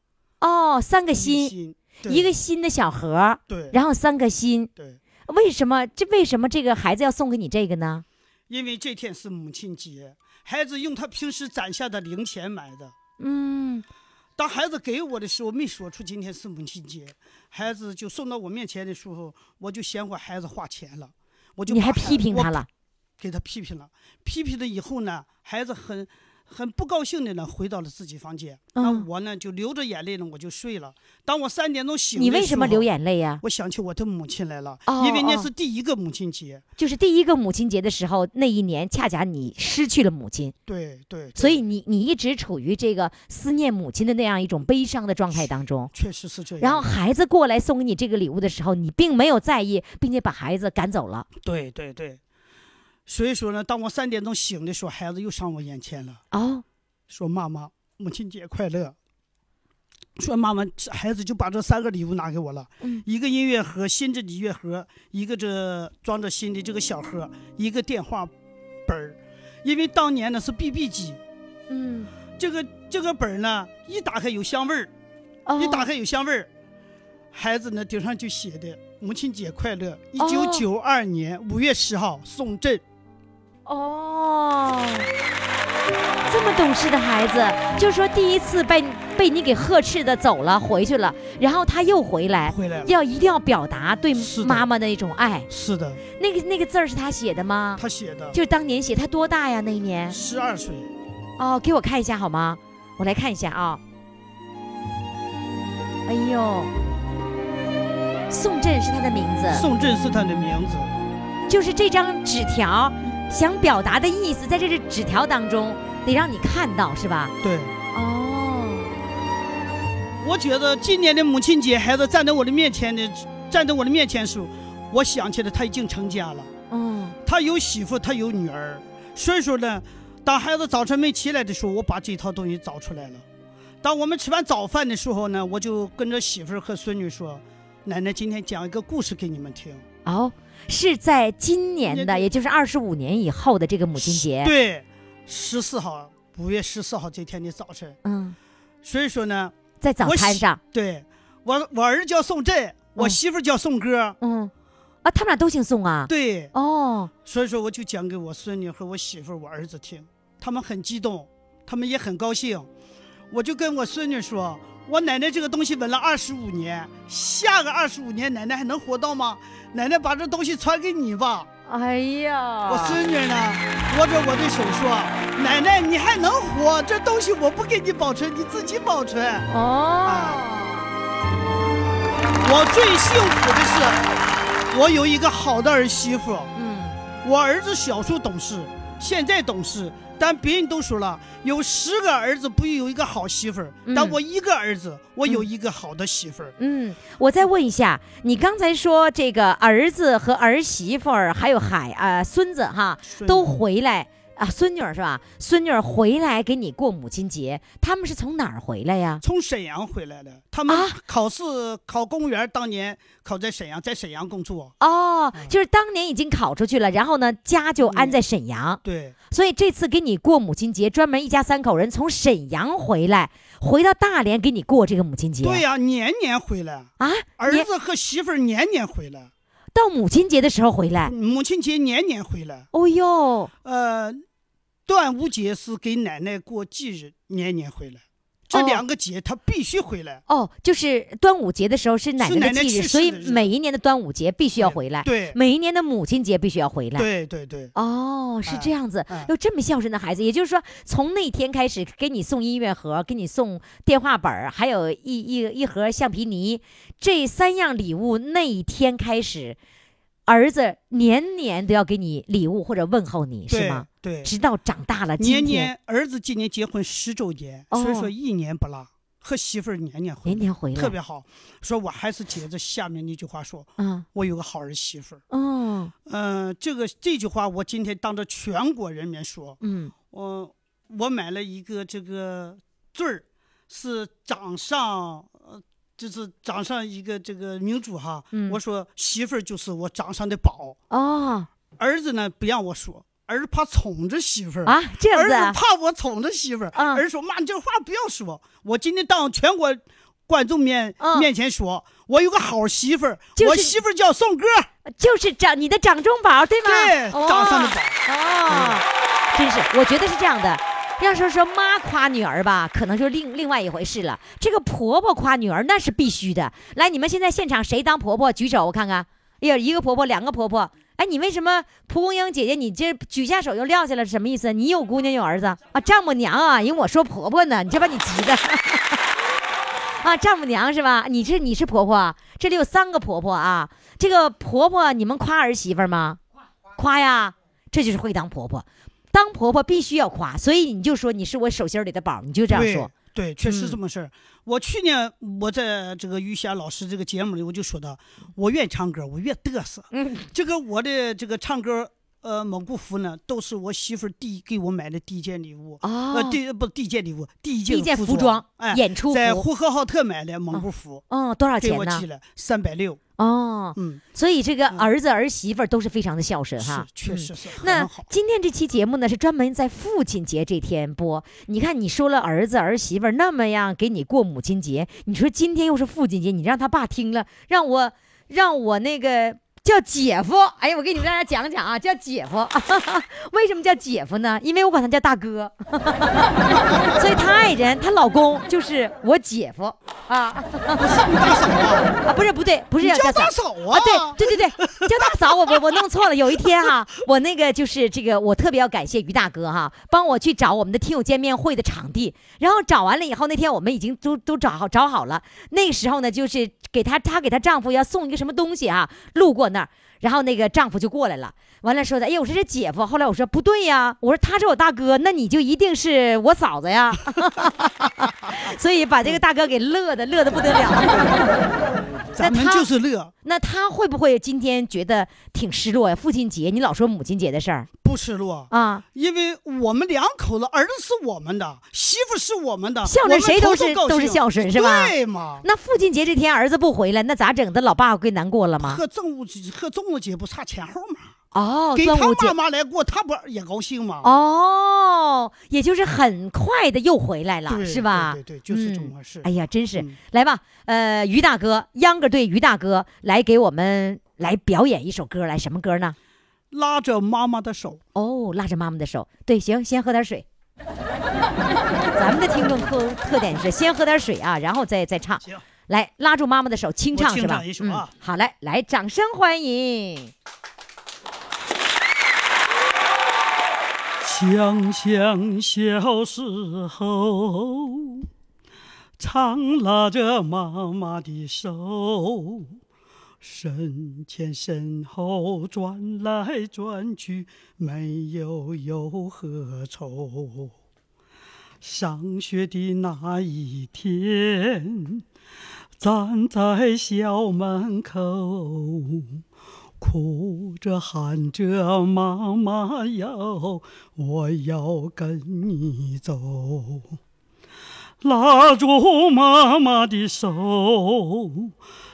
C: 哦，三个
N: 一
C: 心，
N: 心对
C: 一个心的小盒，
N: 对
C: 然后三个心。
N: 对，
C: 为什么这为什么这个孩子要送给你这个呢？
N: 因为这天是母亲节，孩子用他平时攒下的零钱买的。
C: 嗯，
N: 当孩子给我的时候，没说出今天是母亲节，孩子就送到我面前的时候，我就嫌我孩子花钱了，我就
C: 你
N: 把
C: 还
N: 孩
C: 批评他，
N: 我
C: 了？
N: 给他批评了，批评了以后呢，孩子很很不高兴的呢，回到了自己房间。那
C: 嗯
N: 我呢就流着眼泪呢，我就睡了。当我三点钟醒，
C: 你为什么流？眼泪呀、
N: 我想起我的母亲来了，
C: 哦
N: 因为那
C: 哦
N: 是第一个母亲节。
C: 就是第一个母亲节的时候，那一年恰恰你失去了母亲，
N: 对对，对
C: 所以你你一直处于这个思念母亲的那样一种悲伤的状态当中。
N: 确实是这样。
C: 然后孩子过来送给你这个礼物的时候，你并没有在意，并且把孩子赶走了。
N: 对对对，所以说呢，当我三点钟醒的时候，孩子又上我眼前了。
C: 哦，
N: 说妈妈，母亲节快乐。说妈妈，这孩子就把这三个礼物拿给我了，
C: 嗯
N: 一个音乐盒，新的音乐盒，一个这装着新的这个小盒，一个电话本儿，因为当年呢是 BB 机，
C: 嗯，
N: 这个这个本儿呢一打开有香味儿，
C: 哦
N: 一打开有香味儿，孩子呢顶上就写的母亲节快乐，一
C: 哦
N: 九九二年五月十号送朕。
C: 哦，这么懂事的孩子，就说第一次被被你给呵斥的走了，回去了，然后他又回来，
N: 回来了
C: 要一定要表达对
N: 是的
C: 妈妈的一种爱。
N: 是的，
C: 那个那个字儿是他写的吗？
N: 他写的，
C: 就是当年写，他多大呀？那一年
N: 十二岁，
C: 哦，给我看一下好吗？我来看一下啊、哎呦，宋振是他的名字，
N: 宋振是他的名字。
C: 就是这张纸条想表达的意思，在这个纸条当中得让你看到，是吧？
N: 对，
C: 哦，
N: 我觉得今年的母亲节，孩子站在我的面前的，站在我的面前时候，我想起来他已经成家了，
C: 嗯，
N: 他有媳妇，他有女儿，所以说呢，当孩子早晨没起来的时候，我把这套东西找出来了。当我们吃完早饭的时候呢，我就跟着媳妇儿和孙女说：“奶奶今天讲一个故事给你们听。
C: 哦，是在今年的，
N: 也
C: 也就是二十五年以后的这个母亲”节。，
N: 对，十四号，五月十四号这天的早晨。
C: 嗯，
N: 所以说呢，
C: 在早
N: 我
C: 餐
N: 喜
C: 上，
N: 对我我儿子叫宋振，我
C: 嗯
N: 媳妇儿叫宋歌。
C: 嗯，啊，他们俩都姓宋啊。
N: 对，
C: 哦，
N: 所以说我就讲给我孙女和我媳妇儿、我儿子听，他们很激动，他们也很高兴。我就跟我孙女说，我奶奶这个东西纹了二十五年，下个二十五年奶奶还能活到吗？奶奶把这东西传给你吧。
C: 哎呀，
N: 我孙女呢，握着我的手说，奶奶你还能活，这东西我不给你保存，你自己保存。啊
C: 哦，
N: 我最幸福的是，我有一个好的儿媳妇。
C: 嗯，
N: 我儿子小时候懂事，现在懂事，但别人都说了，有十个儿子不有一个好媳妇儿，
C: 嗯
N: 但我一个儿子，我有一个好的媳妇儿。
C: 嗯，我再问一下，你刚才说这个儿子和儿媳妇儿还有海啊、孙子哈
N: 孙女
C: 都回来啊，孙女儿是吧？孙女儿回来给你过母亲节，他们是从哪儿回来呀？
N: 从沈阳回来的，他们
C: 啊
N: 考试、考公务员，当年考在沈阳，在沈阳工作。
C: 哦，
N: 嗯
C: 就是当年已经考出去了，然后呢，家就安在沈阳，
N: 对，
C: 所以这次给你过母亲节，专门一家三口人从沈阳回来，回到大连给你过这个母亲节。
N: 对呀、年年回来，
C: 啊，
N: 儿
C: 你
N: 子和媳妇儿年年回来，
C: 到母亲节的时候回来，
N: 母亲节年年回来。
C: 哦呦，
N: 呃，端午节是给奶奶过忌日，年年回来。这
C: 哦
N: 两个节他必须回来。
C: 哦，就是端午节的时候是奶
N: 是奶奶
C: 的忌
N: 去
C: 日，
N: 世
C: 所以
N: 的日子
C: 每一年的端午节必须要回来，
N: 对
C: 每一年的母亲节必须要回来。
N: 对对对，
C: 哦，是这
N: 哎
C: 样子
N: 哎，
C: 有这么孝顺的孩子，也就是说，从那天开始给你送音乐盒，给你送电话本儿，还有一一一盒橡皮泥，这三样礼物，那一天开始，儿子年年都要给你礼物或者问候你，是
N: 对
C: 吗？？
N: 对，
C: 直到长大了，今
N: 年
C: 天
N: 年儿子今年结婚十周年，所以
C: 哦
N: 说一年不落，和媳妇儿年年回
C: 年
N: 来，
C: 年回来，
N: 特别好。说我还是接着下面那句话说，
C: 嗯
N: 我有个好儿媳妇儿。
C: 嗯
N: 嗯、这个这句话我今天当着全国人民说，
C: 嗯
N: 我、我买了一个这个坠儿，是掌上呃。就是掌上一个这个明珠哈，
C: 嗯
N: 我说媳妇儿就是我掌上的宝，
C: 哦
N: 儿子呢不让我说，儿子怕宠着媳妇儿
C: 啊，这样
N: 儿
C: 子啊
N: 子怕我宠着媳妇儿，
C: 嗯
N: 儿子说：“妈，你这话不要说。我今天当全国观众面、
C: 嗯
N: 面前说，我有个好媳妇儿，
C: 就是
N: 我媳妇儿叫宋歌，
C: 就是长你的掌中宝，对吗？
N: 对，
C: 哦
N: 掌上的宝。
C: 哦，真是，我觉得是这样的。要说说妈夸女儿吧，可能就是另另外一回事了。这个婆婆夸女儿那是必须的。来，你们现在现场谁当婆婆举手，我看看。哎呀，一个婆婆，两个婆婆。哎，你为什么蒲公英姐姐你这举下手就撂下了？什么意思？你有姑娘有儿子啊？丈母娘啊，因为我说婆婆呢，你这把你急的。啊，丈母娘是吧？你这你是婆婆啊，这里有三个婆婆啊。这个婆婆，你们夸儿媳妇儿吗？夸呀，这就是会当婆婆。当婆婆必须要夸，所以你就说你是我手心里的宝，你就这样说。
N: 对，对，确
C: 嗯
N: 实这么事儿。我去年我在这个于霞老师这个节目里，我就说到，我越唱歌，我越嘚瑟。
C: 嗯，
N: 这个我的这个唱歌，呃，蒙古服呢，都是我媳妇儿第一给我买的第一件礼物。
C: 哦
N: 呃，第不第一件礼物，第一
C: 第
N: 件
C: 一件
N: 服
C: 服装，
N: 哎，
C: 演出
N: 在
C: 服，
N: 呼和浩特买的蒙古服，
C: 嗯，多少
N: 给
C: 钱
N: 我
C: 呢
N: 寄？了三百六。
C: 哦，
N: 嗯，
C: 所以这个
N: 嗯
C: 儿子儿媳妇儿都是非常的孝顺
N: 是
C: 哈，，
N: 确
C: 嗯
N: 实是很
C: 那
N: 好。
C: 今天这期节目呢，是专门在父亲节这天播。你看，你说了儿子儿媳妇儿那么样给你过母亲节，你说今天又是父亲节，你让他爸听了，让我让我那个叫姐夫。哎呀，我给你们大家讲讲啊，叫姐夫。 为什么叫姐夫呢？因为我管他叫大哥，所以他爱人她老公就是我姐夫啊。啊，不是不对，不是
N: 你
C: 要
N: 叫
C: 嫂
N: 大嫂啊
C: 对对对对，叫大嫂，我我我弄错了。有一天哈、我那个就是这个，我特别要感谢于大哥哈、帮我去找我们的听友见面会的场地。然后找完了以后，那天我们已经都都找好找好了。那时候呢，就是给她她给她丈夫要送一个什么东西啊，路过那儿，然后那个丈夫就过来了，完了说的，哎呦，我说这姐夫，后来我说不对呀，我说他是我大哥，那你就一定是我嫂子呀， 所以把这个大哥给乐的乐的不得了。
N: 咱们就是乐。
C: 那他会不会今天觉得挺失落呀？父亲节，你老说母亲节的事儿，
N: 不失落
C: 啊，
N: 因为我们两口子，儿子是我们的，媳妇是我们的，
C: 孝
N: 啊我们
C: 顺谁都
N: 头
C: 是
N: 高
C: 都是
N: 兴
C: 孝顺是吧？
N: 对嘛？
C: 那父亲节这天儿子不回来，那咋整的？老爸会难过了吗？
N: 和正午节和中午节不差前后嘛？
C: 哦，
N: 给
C: 端
N: 他
C: 午节
N: 妈妈来过，他不也高兴吗？
C: 哦，也就是很快的又回来了，
N: 对
C: 是吧？
N: 对对对就是这么
C: 嗯
N: 回事
C: 哎呀，真是，来吧，呃，于大哥，秧歌队于大哥来给我们来表演一首歌，来什么歌呢？
N: 拉着妈妈的手。
C: 哦，拉着妈妈的手。对，行，先喝 点水。咱们的听众特特点是先喝点水啊，然后再再唱。来，拉住妈妈的手，清唱
N: 我清
C: 是吧？
N: 唱一首啊
C: 嗯。好嘞，来，掌声欢迎。
O: 想想小时候，常拉着妈妈的手，身前身后转来转去，没有忧和愁。上学的那一天，站在校门口，哭着喊着妈妈哟，我要跟你走。拉住妈妈的手，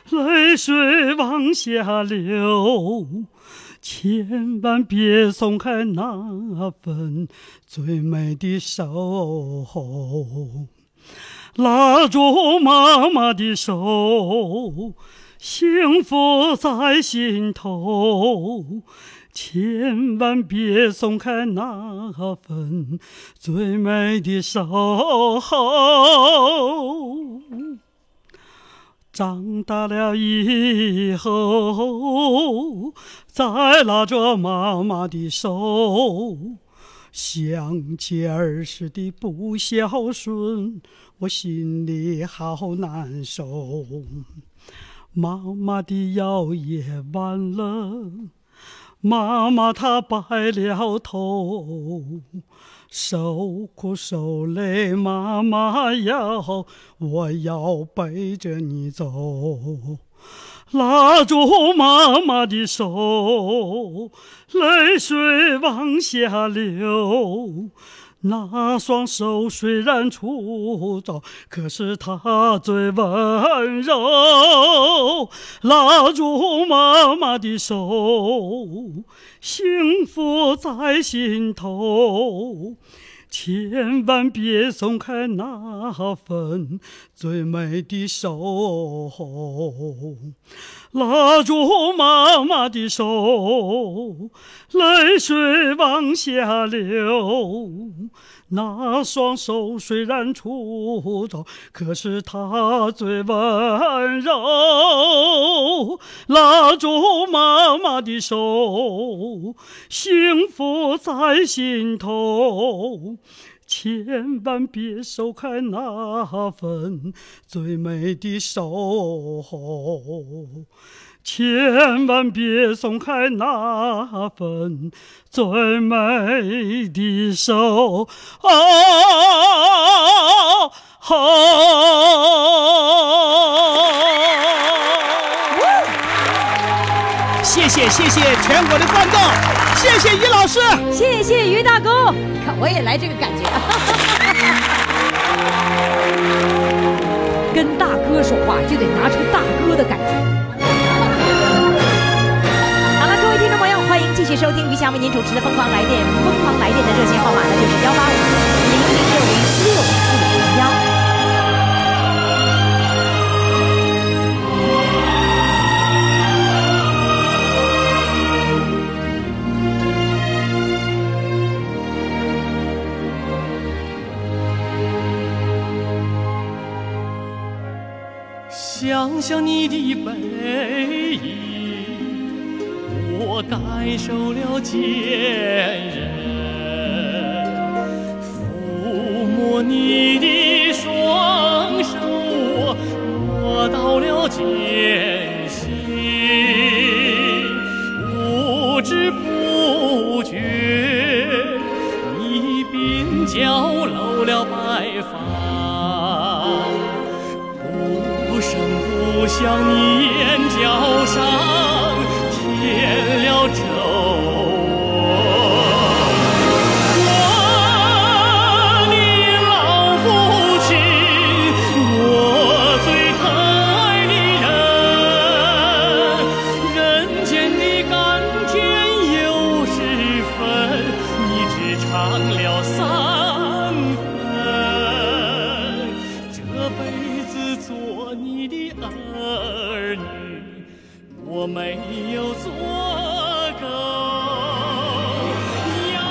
O: 泪水往下流，千万别松开那份最美的守候。拉住妈妈的手，幸福在心头，千万别松开那份最美的守候。长大了以后，再拉着妈妈的手，想起儿时的不孝顺，我心里好难受。妈妈的腰也弯了，妈妈她白了头，受苦受累，妈妈呀，我要背着你走。拉住妈妈的手，泪水往下流。那双手虽然粗糙，可是它最温柔。拉住妈妈的手，幸福在心头。千万别松开那份最美的手，拉住妈妈的手，泪水往下流。那双手虽然粗糙，可是它最温柔。拉住妈妈的手，幸福在心头。千万别松开那份最美的守候，千万别松开那份最美的啊守候。
P: 谢谢谢谢全国的观众，谢谢于老师，
C: 谢谢于大哥，你看我也来这个感觉， 跟大哥说话就得拿出大哥的感觉。好了，各位听众朋友，欢迎继续收听于霞为您主持的《疯狂来电》，疯狂来电的热线号码呢就是幺八五零零六零六四零幺。
O: 想想你的背影，我感受了坚韧。抚摸你的双手，我摸到了艰辛。
Q: 知不觉，你鬓角露了白发，不声不响，你眼角上添了皱。我的老父亲，我最疼爱的人，人间的甘甜有时分，你只尝了三分。这辈子做你的儿女，我没有做够。央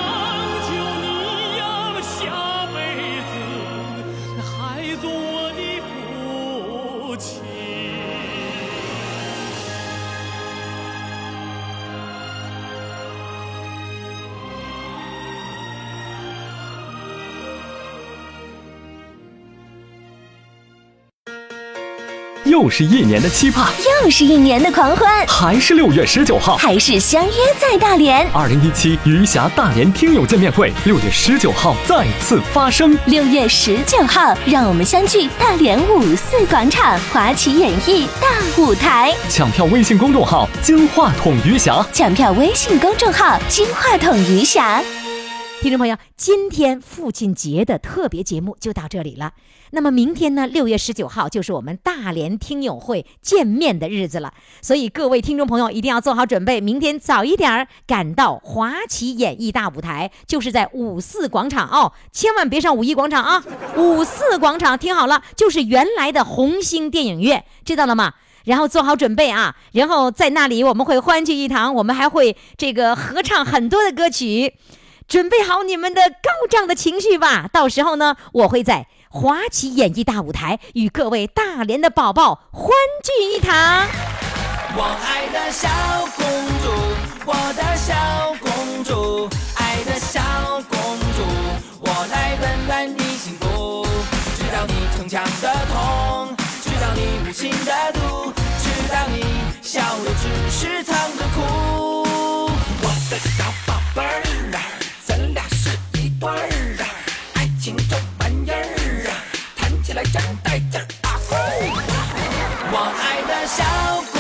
Q: 求你呀，下辈子还做我的父亲。
A: 又是一年的期盼，
B: 又是一年的狂欢，
A: 还是六月十九号，
B: 还是相约在大连。
A: 二零一七余霞大连听友见面会，六月十九号再次发生。
B: 六月十九号，让我们相聚大连五四广场华旗演艺大舞台。
A: 抢票微信公众号“金话筒余霞”。
B: 抢票微信公众号“金话筒余霞”。
C: 听众朋友，今天父亲节的特别节目就到这里了。那么明天呢，六月十九号就是我们大连听友会见面的日子了，所以各位听众朋友一定要做好准备，明天早一点儿赶到华旗演艺大舞台，就是在五四广场哦，千万别上五一广场啊！五四广场听好了，就是原来的红星电影院，知道了吗？然后做好准备啊，然后在那里我们会欢聚一堂，我们还会这个合唱很多的歌曲。准备好你们的高涨的情绪吧，到时候呢，我会在华旗演艺大舞台与各位大连的宝宝欢聚一堂。
R: 我爱的小公主，我的小公主，爱的小公主，我来温暖你幸福。知道你逞强的痛，知道你无情的毒，知道你笑的只是藏着哭。我的小宝贝儿啊，咱俩是一对儿啊，爱情这玩意儿啊，谈起来真带劲儿啊！呼我爱的小。公主。